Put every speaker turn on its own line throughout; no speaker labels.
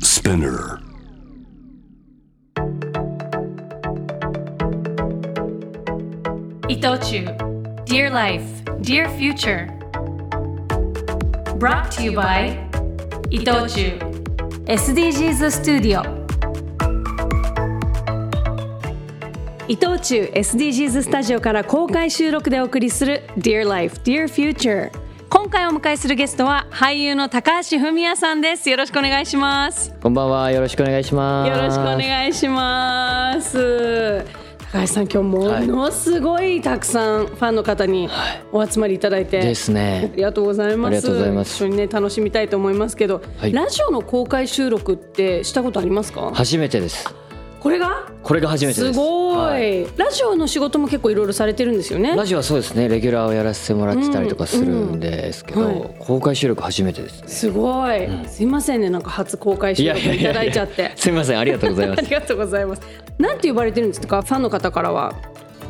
Spinner.
伊藤忠 Dear Life, Dear Future Brought to you by 伊藤忠 SDGs Studio
伊藤忠 SDGs スタジオから公開収録でお送りする Dear Life, Dear Future 今回お迎えするゲストは俳優の高橋文哉さんですよろしくお願いします
こんばんは、よろしくお願いします。
よろしくお願いします。高橋さん、今日ものすごいたくさんファンの方にお集まりいただいて。
ですね
あ。りがとうございます。
ありがとうございます
一緒にね、楽しみたいと思いますけど、
はい
ラジオの公開収録ってしたことありますか。
初めてです。
これが。
これが初めてですす。
ごい,、
はい
ラジオの仕事も結構いろいろされてるんですよね。
ラジオはそうですね、レギュラーをやらせてもらってたりとかするんですけど、
うんうんは
公開収録初めてですね。
すごい、すいませんね、なんか初公開収録いただいちゃって。
すみま せん、ありがとうございま
あ
す
り。がとうございます。なんて呼ばれてるんですか、ファンの方からは。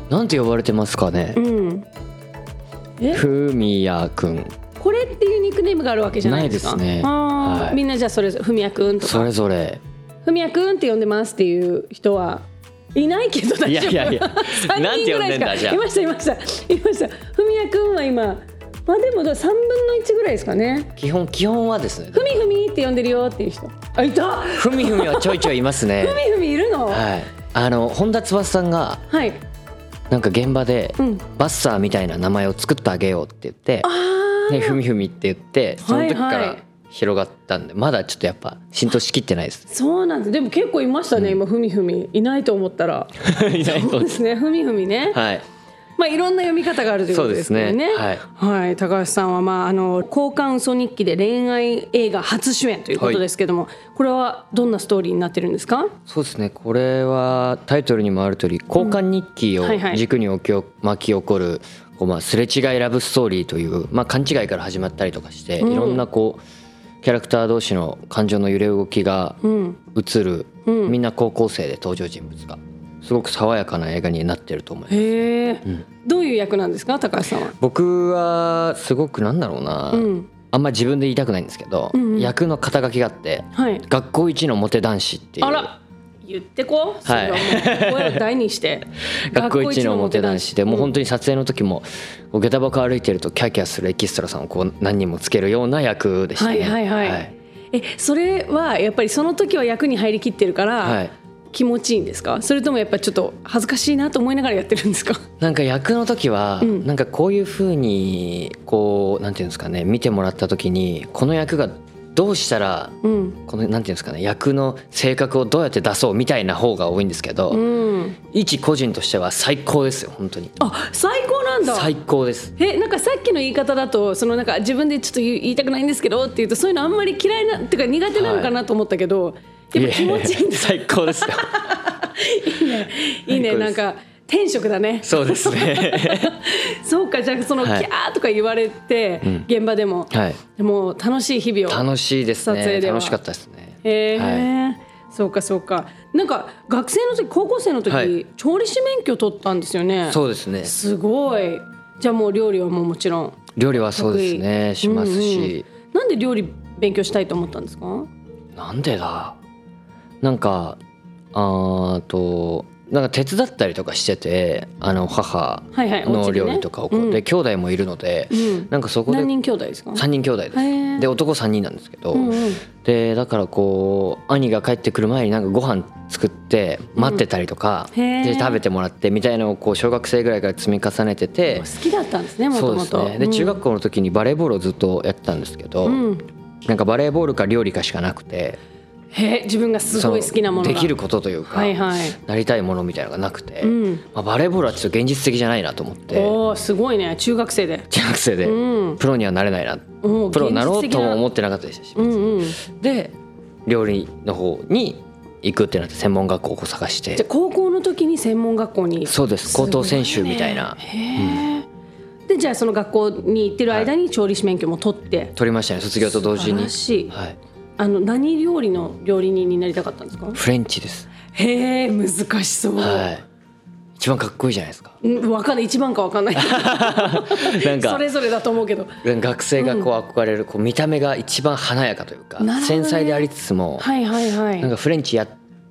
なんて呼ばれてますかね
う。ん。え
ふみやくん、
これっていうニックネームがあるわけじゃないですか
ないですね
あー
はい
みんなじゃあそれぞれふみやくんと
そ
か
れぞれ。
ふみやくんって呼んでますっていう人はいないけど大丈夫
いやいやいや
3
なん
人
て
ぐ
呼
ら
ん
い
で
し
ん
か
だじゃあ
いましたいましたいましたふみやくんは今まあでも3分の1ぐらいですかね
基本、基本はですね。
ふみふみって呼んでるよっていう人あいたふ
ふみふみはちょいちょいいますね。
みふみいるのはい、
はい。あの本田翼さんがなんか現場で、
うん
バッサーみたいな名前を作ってあげようって言って
あ
ね、ふみふみって言ってその時か
はいは
ら
い
広がったんで、まだちょっとやっぱ浸透しきってないです。
そうなんですでも結構いましたね、今ふみふみいないと思った ら
いな い
そうですねふみふみね
はい。
まあ、いろんな読み方があるということですよね。
そうですね
はい、高橋さんは、まあ、あの交換嘘日記で恋愛映画初主演ということですけども。これはどんなストーリーになってるんですか。
そうですね。これはタイトルにもある通り、交換日記
うんはいはい
を軸に起き巻き起こる。こうまあすれ違いラブストーリーという、まあ、勘違いから始まったりとかして、
うん
いろんなこうキャラクター同士の感情の揺れ動きが
うん、
映る、
うん
みんな高校生で登場人物がすごく爽やかな映画になってると思います。
へえ、
ん
どういう役なんですか、高橋さんは。
僕はすごくなんだろうな、
うん、
あんまり自分で言いたくないんですけど、
うんうん
役の肩書きがあって
はい。
学校一のモテ男子っていう。
あら、言ってこ。それはもう声を大にして
学校一のモテ男子でもう本
当
当に撮影の時もこう下駄箱歩いてるとキャーキャーするエキストラさんをこう何人もつけるような役でしたね。
はいはいはい。え、それはやっぱりその時は役に入りきってるから。
はい
気持ちいいんですかそれともやっぱちょっと恥ずかしいなと思いながらやってるんですか
なんか役の時は、
うん
なんかこういう風にこうなんていうんですかね見てもらった時にこの役がどうしたら
うん、
このなんていうんですかね役の性格をどうやって出そうみたいな方が多いんですけど、
うん、
一個人としては最高ですよ本当に
あ最高なんだ
最高です
えなんかさっきの言い方だとそのなんか自分でちょっと言う言いたくないんですけどっていうとそういうのあんまり嫌いなっていうか苦手なのかなと思ったけど、やっぱ気持ちいいんです
最 高ですよ
いいね
最高
な
で
ん
す
か天職だね
そうですね
そうかじゃあその、
はい
キャーとか言われて、
うん
現場でも、
はい
もう楽しい日々を
楽しいです
撮影
ね
では
楽しかったですね
へえ
はい
そうかそうかなんか学生の時高校生の時、
はい
調理師免許取ったんですよね
そうですね
すごいじゃあもう料理はもうもちろん
料理はそうです
得
ね
意
しますし、
うんうんなんで料理勉強したいと思ったんですか
なんでだなんかあーとなんか手伝ったりとかしててあの母
はいはいお家
の
でね
料理とかをこう、
うん
で兄弟もいるので、
うん
なんかそこで
何人兄弟ですか
3人兄弟です、
へー
で男3人なんですけど、
うんうん
でだからこう兄が帰ってくる前になんかご飯作って待ってたりとか、
うんへー
で食べてもらってみたいなのをこう小学生ぐらいから積み重ねてて
好きだったんですねも
そ
と
うで
も
す
と
ねで中学校の時にバレーボールをずっとやってたんですけど、
うん
なんかバレーボールか料理かしかなくて
へえ自分がすごい好きなもの
そ
が
のできることというか、
はいはい
なりたいものみたいなのがなくて、
うん
まあ、バレーボールはちょっと現実的じゃないなと思って
おーすごいね中学生で
中学生で
うん
プロにはなれないな、
おー
プロになろ
現
う
実
と
的な
も思ってなかったでしたし、
うんうん
で料理の方に行くってなって専門学校をこう探し
じゃ
て
あ高校の時に専門学校に
そうです高等専修みたいな、
すごいねへえでじゃあその学校に行ってる間に調理師免許も取って
取りましたね卒業と同時に
素晴らしい
はい、
あの何料理の料理人になりたかったんですか
フレンチです
へえ難しそう、
はい一番かっこいいじゃないですか
うんわかんない一番かわかんない
なん
そ
か
れぞれだと思うけど
学生がこう憧れるこう見た目が一番華やかというか、
なるほどね
繊細でありつつも、
はいはいはい
なんかフレンチやっ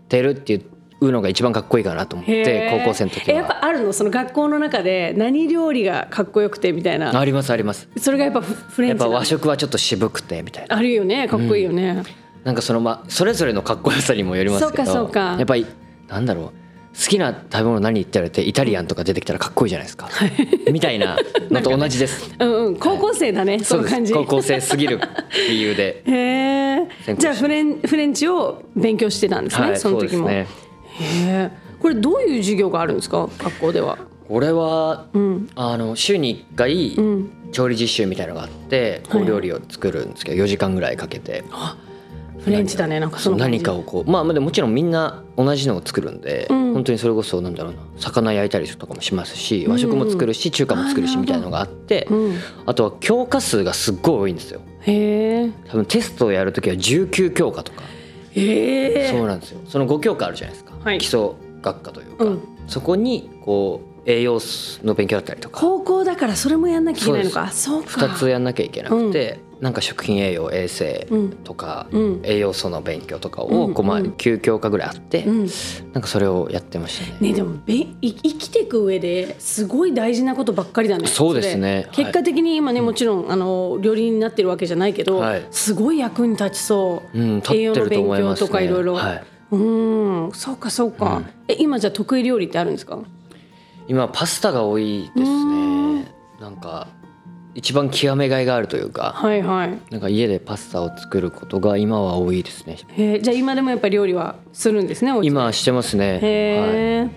てるっていうのが一番かっこいいかなと思っ
へ
て
ー
高校生の時
えやっ
は
ぱあるのその学校の中で何料理がかっこよくてみたいな
ありますあります
それがやっぱフフレ
や
ン
っ
チな
ぱ
の
和食はちょっと渋くてみたいな
あるよねかっこいいよね、
なんかそのまそれぞれのかっこよさにもよりますけど
そうかそうか
やっぱりなんだろう好きな食べ物何って言われてイタリアンとか出てきたらかっこいいじゃない ですかみたいなのと同じです、
うん、うん高校生だね、そ
そう
の
です
感じ
高校生すぎる理由で
へえ
専攻
じゃあ
し
フレンフレンチを勉強してたんですね、
は い
その時も
そうですね
へえこれどういう授業があるんですか学校では
俺は、あの週に1回、調理実習みたいのがあってこう
はい
料理を作るんですけど4時間ぐらいかけて
フレンチだねなんかその感じ
何かをこうまあまあでももちろんみんな同じのを作るんで、本当にそれこそなんだろうな魚焼いたりとかもしますし和食も作るし中華も作るしみたいなのがあって、あとは教科数がすっごい多いんですよ
へえ
多分テストをやるときは19教科とか
へえ
そうなんですよその5教科あるじゃないですか、
はい
基礎学科というか、
うん
そこにこう栄養素の勉強だったりとか
高校だからそれもやんなきゃいけないのかそうか
2つやんなきゃいけなくて、なんか食品栄養衛生とか、
うん
栄養素の勉強とか
う
を
ん
こうまあ9教科ぐらいあって、
うん
なんかそれをやってましたね。
ねでもべい生きていく上ですごい大事なことばっかりだね
そうですね
それ結果的に今ね、もちろんあの料理人になってるわけじゃないけど、
はい
すごい役に立ちそう、
うん、立ってると思います
栄養の勉強
ね。
とかいろいろ、
はい、
うんそうかそうか、え今じゃあ得意料理ってあるんですか
今パスタが多いですね。なんか一番極めがいがあるというか、
はいはい
なんか家でパスタを作ることが今は多いですね。
へえじゃあ今でもやっぱり料理はするんですねお家
今してますね。はい、
へえ、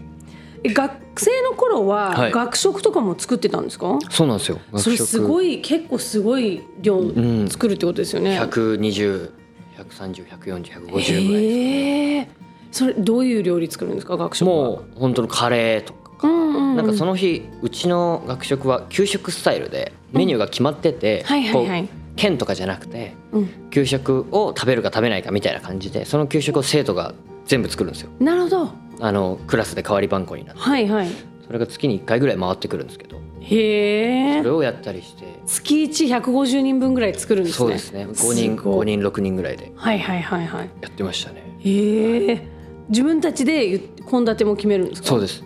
え学生の頃
は
はい学食とかも作ってたんですか、
そうなんですよ。
それすご
い。
い結構すごい量
ん
作るってことですよね、
百二十、百三十、百四十、百五十ぐらい。
ええそれどういう料理作るんですか学食は
もう本当のカレーとか。
う、んうんうん、
なんかその日うちの学食は給食スタイルでメニューが決まってて、
はいはいはい
こう県とかじゃなくて、
うん
給食を食べるか食べないかみたいな感じでその給食を生徒が全部作るんですよ
なるほど
あのクラスで代わり番号になって
はいはい
それが月に1回ぐらい回ってくるんですけど
へ
そ
え
れをやったりして
月一百五十人分ぐらい作るんですね
そうですね5人
すご
5
い
人6人ぐらいで
はいはいはいはい
やってましたね
へえ自分たちでゆ献立も決めるんですか
そう
で
です
す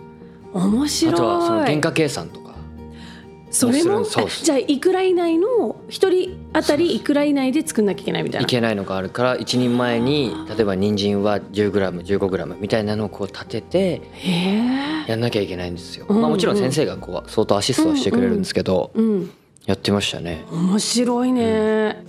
面白
あ
い
とはその原価計算とか
それも
もちろんそうです
じゃあいくら以内の一人当たりいくら以内で作んなきゃいけないみたい
い
な
けないのがあるから1人前に例えば人参は 10g15g みたいなのをこう立てて
へえ
やんなきゃいけないんですよ、
んうん
まあ、もちろん先生がこう相当アシストはしてくれるんですけど、
うん
やってましたね
面白いね、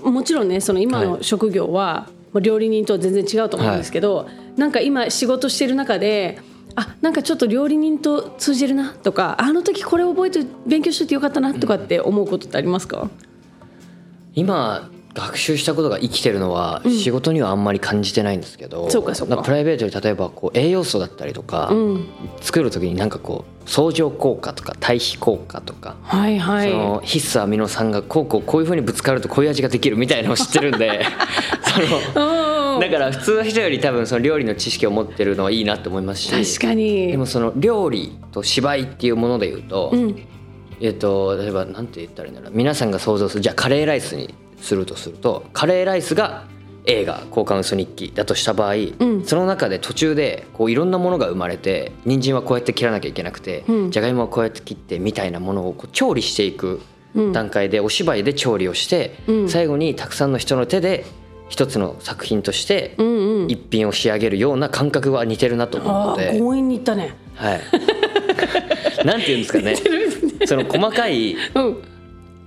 もちろんねその今
は
の職業は、まあ料理人とは全然違うと思うんですけど、なんか今仕事してる中であなんかちょっと料理人と通じるなとかあの時これ覚えて勉強しといてよかったなとかって思うことってありますか、
今学習したことが生きてるのは仕事にはあんまり感じてないんですけど、
そうかそうか
なんプライベートで例えばこう栄養素だったりとか、
うん
作る時になんかこう相乗効果とか対比効果とか、
はいはい
その必須アミノ酸がこうこうこういうふうにぶつかるとこういう味ができるみたいなのを知ってる んでそのだから普通の人より多分その料理の知識を持ってるのはいいなって思いますし
確かに
でもその料理と芝居っていうもので言うと、
ん
えっ、と例えばなんて言ったらいいんだろう皆さんが想像するじゃあカレーライスにするとするとカレーライスが映画「交換嘘日記」だとした場合、
ん
その中で途中でこういろんなものが生まれて人参はこうやって切らなきゃいけなくて、
うん
じゃがいもはこうやって切ってみたいなものをこう調理していく
うん
段階で、お芝居で調理をして、
うん
最後にたくさんの人の手で一つの作品として
うんうん
一品を仕上げるような感覚は似てるなと思う
あ
ので。
ー強引に行ったね
はい。 なんて言うんですかね。その細かい
うん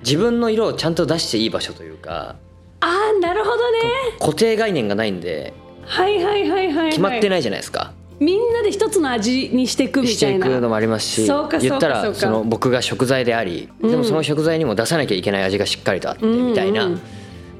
自分の色をちゃんと出していい場所というか、
あーなるほどね
固定概念がないんで
はいはいはいはい、はい、
決まって
ない
ないじゃないですか。
みんなで一つの味にしていくみ
して
たい
い
な
くのもありますし
そうか、そうか
言っ
そ
た
う
ら
か
その僕が食材であり、でもその食材にも出さなきゃいけない味がしっかりとあってみたいな。
うんうん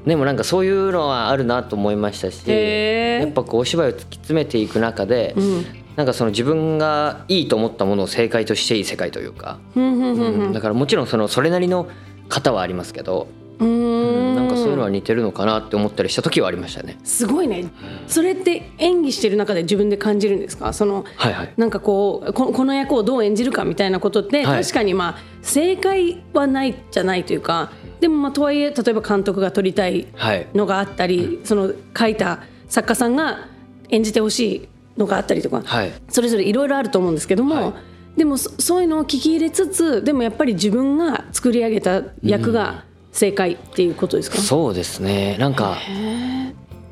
でもなんかそういうのはあるなと思いましたし、
へー
やっぱこうお芝居を突き詰めていく中で、
ん
なんかその自分がいいと思ったものを正解としていい世界というか、
うんうんうん
うんだからもちろんそのそれなりの型はありますけど、
うーん
なんかそそういうのは似てるのかなって思ったりした時はありましたね。
すごいねそれって演技してる中で自分で感じるんですかその、
はいはい
なんかこうここの役をどう演じるかみたいなことって、
はい
確かにまあ正解はないじゃないというかでもまあとはいえ例えば監督が撮りたい
はい
のがあったり、その書いた作家さんが演じてほしいのがあったりとか、
はい
それぞれいろいろあると思うんですけども、
はい
でもそそういうのを聞き入れつつでもやっぱり自分が作り上げた役が正解っていうことですか、
そうですねなんか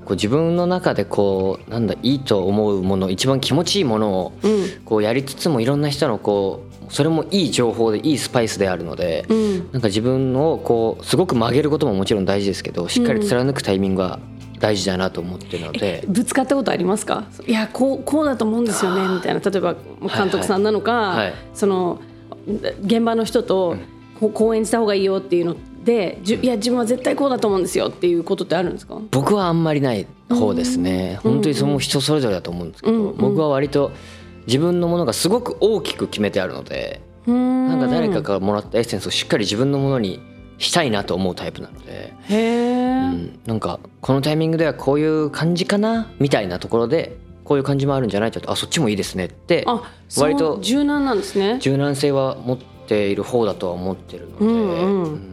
こう自分の中でこうなんだいいと思うもの一番気持ちいいものを
うん
こうやりつつもいろんな人のこうそれもいい情報でいいスパイスであるので、
うん
なんか自分をこうすごく曲げることももちろん大事ですけどしっかり貫くタイミングは大事だなと思ってるので、
ぶつかったことありますかいやこうこうだと思うんですよねみたいな例えば監督さんなのか、
はい
その現場の人と、こうこう演じた方がいいよっていうのでじゅいや自分は絶対こうだと思うんですよっていうことってあるんですか
僕はあんまりない方ですね、本当にその人それぞれだと思うんですけど、
うんうん
僕は割と自分のものがすごく大きく決めてあるので、
な
なんか誰かからもらったエッセンスをしっかり自分のものにしたいなと思うタイプなので、
へえ、
うん、なんかこのタイミングではこういう感じかなみたいなところでこういう感じもあるんじゃないちょっとあそっちもいいですねって
あ割
割
と
と
柔軟なんですね
柔軟性は持っている方だとは思ってるので、
うんうん
うん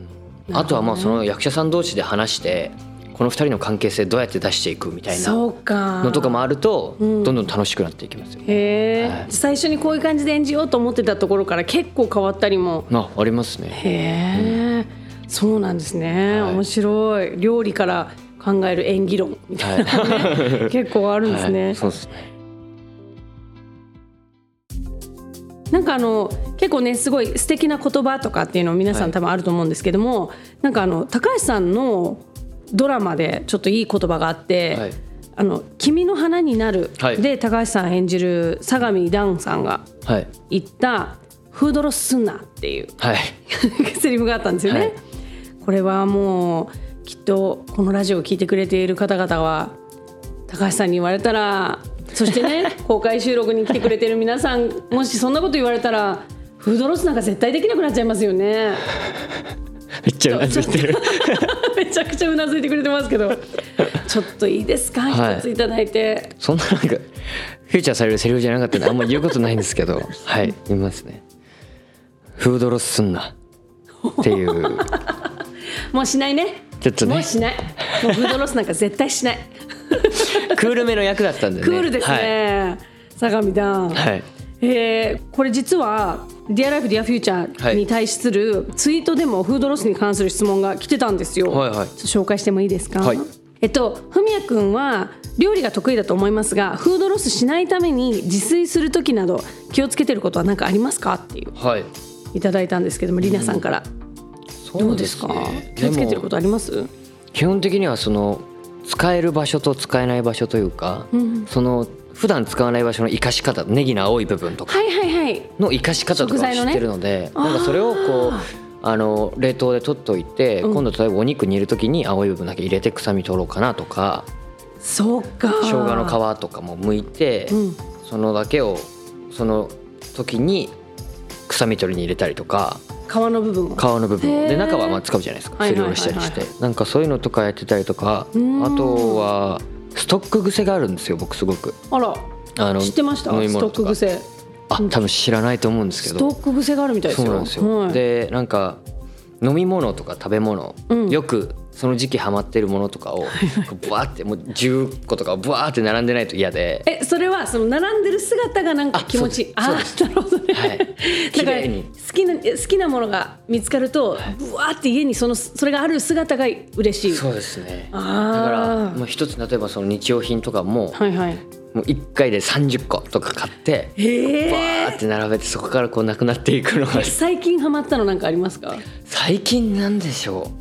あとはまあその役者さん同士で話してこの2人の関係性どうやって出していくみたいな
そうか
のとかもあると
う
ど
ん
んどん楽しくなっていきますよね。
へえ、
はい
最初にこういう感じで演じようと思ってたところから結構変わったりも
あありますね。
へえ、そうなんですね、
はい
面白い料理から考える演技論みたい
はい、
な結構あるんですね、
はいそうですね。
なんかあの結構ねすごい素敵な言葉とかっていうの皆さ
は
ん
い
多分あると思うんですけども、なんかあの高橋さんのドラマでちょっといい言葉があって「
はい
あの君の花になる」
はい
で高橋さん演じる相模ダンさんが
はい
言った「フードロスすんな」っていう
はい
セリフがあったんですよね。
はい
これはもうきっとこのラジオを聞いてくれている方々は高橋さんに言われたらそして ね公開収録に来てくれてる皆さんもしそんなこと言われたらフードロスなんか絶対できなくなっちゃいますよ ね
めっちゃうなずいてる。
めちゃくちゃうなずいてくれてますけどちょっといいですか
はい
一ついただいて、
そんななんかフューチャーされるセリフじゃなかったんであんま言うことないんで すけどはい言いますねフードロスすんなっていう
もうしないね
ちょっと
も
ね
うしないもうフードロスなんか絶対し ない
クールめの役だったんでね
クールですね、相模ダン
はい、はい
えーこれ実は「DearLife DearFuture」に対するツイートでもフードロスに関する質問が来てたんですよ、
はいはい
ちょっと紹介してもいいですか、
はい
えっとふみやくんは料理が得意だと思いますがフードロスしないために自炊する時など気をつけてることは何かありますかっていう
はい、
いただいたんですけどもりなさんから、どうですか気をつけてることあります
基本的にはその使える場所と使えない場所というか、その普段使わない場所の生かし方ネギの青い部分とか
はいはいはい
の生かし方
食
とかを
材
知
のね
ってるのでなんかそれをこうあの冷凍で取っといて、
ん
今度例えばお肉煮る時に青い部分だけ入れて臭み取ろうかなとか
そうか
生姜の皮とかも剥いて、
うん
そのだけをその時に臭み取りに入れたりとか
皮の部分を
皮の部分
へ
を
ー
で中はまあ使うじゃないですか
はい
す
はい
り
は
お
いは
ろ
い
したりしてなんかそういうのとかやってたりとかあ
ん
とはストック癖があるんですよ僕すごく。
あら
あの
知ってました
飲み
スト
物
ック
とか
癖
あ多分知らないと思うんですけ
ス
ど
トック癖があるみたいです
そう
よ
なんですよ、
はい
でなんか飲み物とか食べ物、
うん
よくその時期ハマってるものとかをこうバーってもう10個とかバーって並んでないと嫌で、
えそれはその並んでる姿がなんか
あ
気持ちいいあ
そう
あ
です
ーなるほどね、
は い
だ
綺
から
麗に
好きなえ好きなものが見つかると、ぶわーって家にそのそれがある姿が嬉しい
そうですねだ
あー
からもう一つ例えばその日用品とかも、
はいはい
もう1回で30個とか買って
へ
バ
え
ーって並べてそこからこうなくなっていくの が
最近ハマったのなんかありますか
最近なんでしょ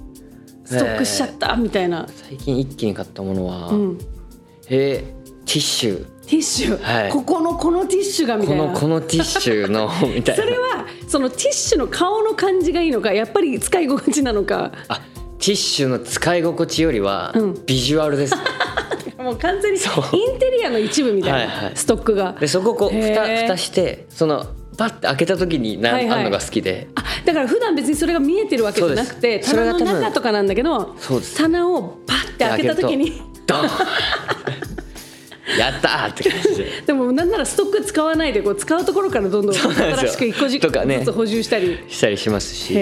う
ストックしちゃっ
えー
たみたいな、
最近一気に買ったものは、
うん、テ
えーティッシュ
ィッシュ、
はい
ここのこのティッシュがみ
こ
たいな
のこのティッシ ュのみたい
そ
な
れはそのティッシュの顔の感じがいいのかやっぱり使い心地なのか
あティッシュの使い心地よりは
うん
ビジュア ルです、
もう完全に
そう
インテリアの一部みたいな
はいはい
ストックが
でそこをこう
へ
蓋
ー
蓋してそのパッて開けた時にな、
はいはい
あんのが好きで
あだだから普段別にそれが見えてるわけじゃなくて
そうですそれ
棚
が
の
多分
中とかなんだけど
そうです
棚をパッて開けた時に
ドーンやったーって感じで
でもなんならストック使わないでこう使うところからどんどん
うなんです
新
よ
しく一個ず
とかね
つ補充したり。
したりしますし
へ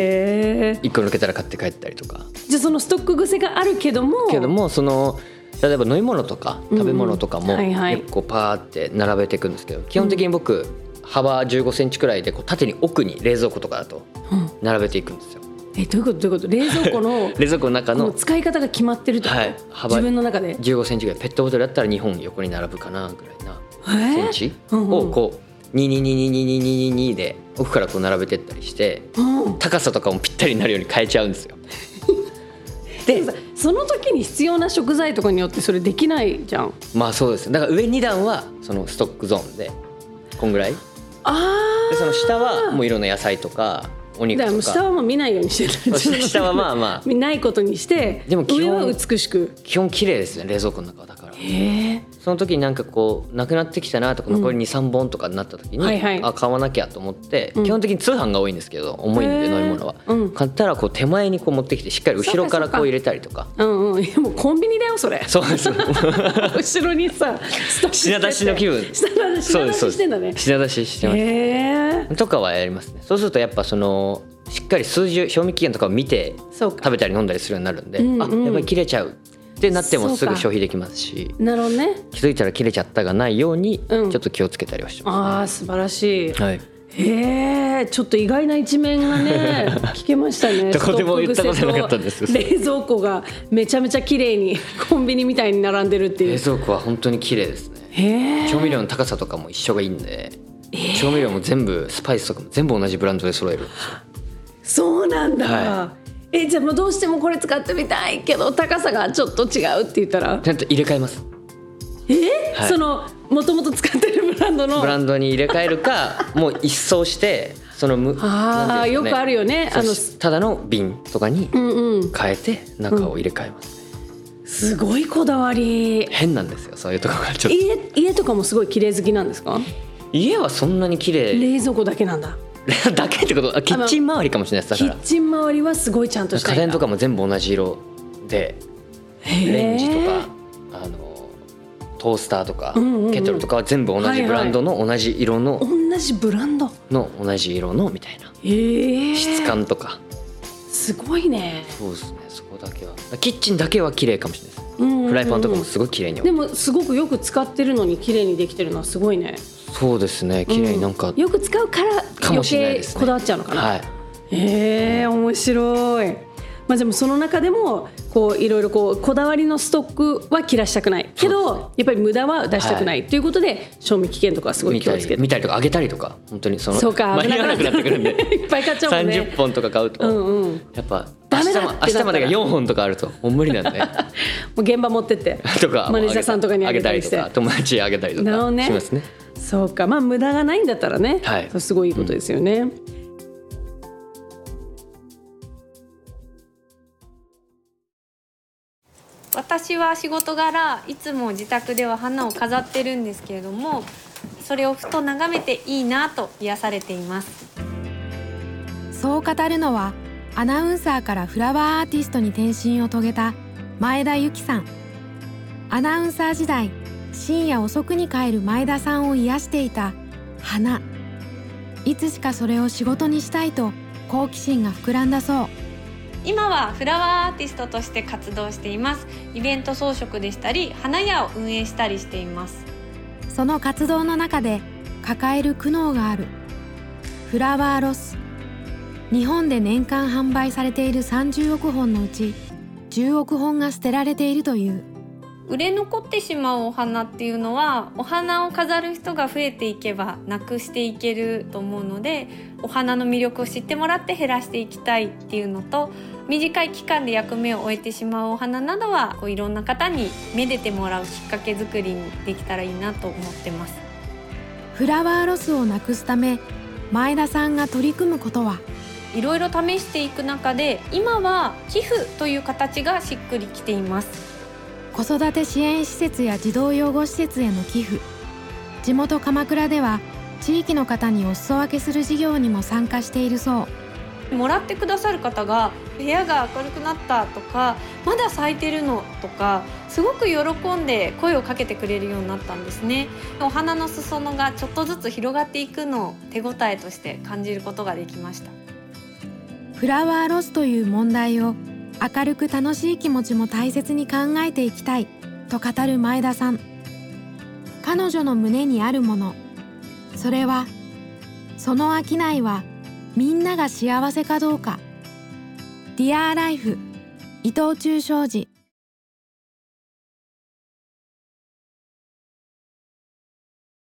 え
一個抜けたら買って帰ったりとか
じゃあそのストック癖があるけども
けどもその例えば飲み物とか食べ物とかも
うんはいはい
結構パーって並べていくんですけど基本的に僕幅1 5センチくらいでこう縦に奥に冷蔵庫とかだと並べていくんですよ。
えどういうことどういうこと冷蔵庫の
冷蔵庫の中
この
の
使い方が決まってるってこと、
はい幅
自分の中で
1 5センチぐらいペットボトルだったら2本横に並ぶかなぐらいな
え
センチ
うんうん
をこう2222222で奥からこう並べてったりして
うん
高さとかもぴったりになるように変えちゃうんですよ。
でもさその時に必要な食材とかによってそれできないじゃん
まあそうですねだから上2段はそのストックゾーンでこんぐらい
あ
でその下はもういろんな野菜とかお
あ
肉
だからも
と
う下
か
はもう見ないようにしてた
下はま あまあ
ないことにして
でも基
上
本
は美しく
基本綺麗ですね冷蔵庫の中はだから
へえ
その時になんかこうなくなってきたなとか残り23本とかになった時に、
はいはい
あ買わなきゃと思って、
ん
基本的に通販が多いんですけど重いんで
へー
飲み物は、
うん
買ったらこう手前にこう持ってきてしっかり後ろか
そうかそ
ら
うか
こう入れたりとか
うんうんいやもうコンビニだよそれ
そうです
後ろにさストックして
品出しの気分
品出し
そ
品
うで
出
すそう
ししてんだ
で
ね
す品出ししてます、
へえ
とかはやりますねそうするとやっぱそのしっかり数字賞味期限とかを見て
そうか
食べたり飲んだりするようになるんで、
うんうん
あやっぱり切れちゃうってなってもす
そう
ぐ
か
消費できますし
なるほどね
気づいたら切れちゃったがないようにち
う
ょ
ん
っと気をつけたりはして
あ
ま
あ素晴らしい
す、ね。はい
へえちょっと意外な一面が ね聞けましたね
どこでも言ったことなかったんです
ストック癖 と冷蔵庫がめちゃめちゃ綺麗 にコンビニみたいに並んでるってい
冷
う
蔵庫は本当に綺麗ですね
へえ
調味料の高さとかも一緒がいいんで、調味料も全部スパイスとかも全部同じブランドで揃えるんですよ
そうなんだ、
は
えじゃあもうどうしてもこれ使ってみたいけど高さがちょっと違うって言ったら
ちゃんと入れ替えます
え、
はい
そのもともと使ってるブランドの
ブランドに入れ替え るかもう一掃してそのむ
あ
な
あ、
んていう
よ
んですか
く
ね
あるよねあの
そうただの瓶とかに
うんうん
変えて中を入れ替えます、
すごいこだわり
変なんですよそういうところがちょっと
家家とかもすごい綺麗好きなんですか
家はそんなに綺麗
冷蔵庫だけなんだ
だけってことあキッチン周りかもしれないです
キ
だか
ッチン周りはすごいちゃんと
ら
した
家
いんだ
電とかも全部同じ色でレンジとかあのトースターとか、
んうんうん
ケトルとかは全部同
はい
じ
はい
ブランドの同じ色の、
同じブランド
の同じ色のみたいな
ええ
質感とか、
すごいね、
そうですねそこだけはキッチンだけは綺麗かもしれないです、
うんうんうん
フライパンとかもすごい綺麗に
でもすごくよく使ってるのに綺麗にできてるのはすごいね
そうですね綺麗になんか、
よく使うから
か
余
もしれない
計
ですね
こだわっちゃうのかな、
はい
ええ面白いまあでもその中でもこういろいろこうこだわりのストックは切らしたくないけ
そう
ど、やっぱり無駄は出したくないということで賞味期限とかはすごい
見
気を
た
つけ
り
て
見たりとか上げたりとか本当にその
そうか
間に合わなくなってくるんで
いっぱい 買っちゃうもんね
30本とか買うと、
うんうん
やっぱ
ダメだ
明
って
日
なった
ま
ら
明日までが4本とかあるともう無 理なんで
もう現場持ってって
とか
マネージャーさんとかにあ
あ
げ
げ
た
た
り
り
して
とか友達にあげたりと
なるほど
か
ね
しますね
そうかまあ無駄がないんだったらね、
はい
そうすごいいいことですよね、
私は仕事柄いつも自宅では花を飾ってるんですけれどもそれをふと眺めていいなと癒されています
そう語るのはアナウンサーからフラワーアーティストに転身を遂げた前田由紀さんアナウンサー時代深夜遅くに帰る前田さんを癒していた花いつしかそれを仕事にしたいと好奇心が膨らんだそう
今はフラワーアーティストとして活動していますイベント装飾でしたり花屋を運営したりしています
その活動の中で抱える苦悩があるフラワーロス日本で年間販売されている30億本のうち10億本が捨てられているという
売れ残ってしまうお花っていうのはお花を飾る人が増えていけばなくしていけると思うのでお花の魅力を知ってもらって減らしていきたいっていうのと短い期間で役目を終えてしまうお花などはこういろんな方にめでてもらうきっかけ作りにできたらいいなと思ってます。
フラワーロスをなくすため前田さんが取り組むことはい
ろいろ試していく中で今は寄付という形がしっくりきています。
子育て支援施設や児童養護施設への寄付地元鎌倉では地域の方にお裾分けする事業にも参加しているそう
もらってくださる方が部屋が明るくなったとかまだ咲いてるのとかすごく喜んで声をかけてくれるようになったんですねお花の裾野がちょっとずつ広がっていくのを手応えとして感じることができました
フラワーロスという問題を明るく楽しい気持ちも大切に考えていきたいと語る前田さん彼女の胸にあるものそれはその商いはみんなが幸せかどうかディアーライフ伊藤忠商事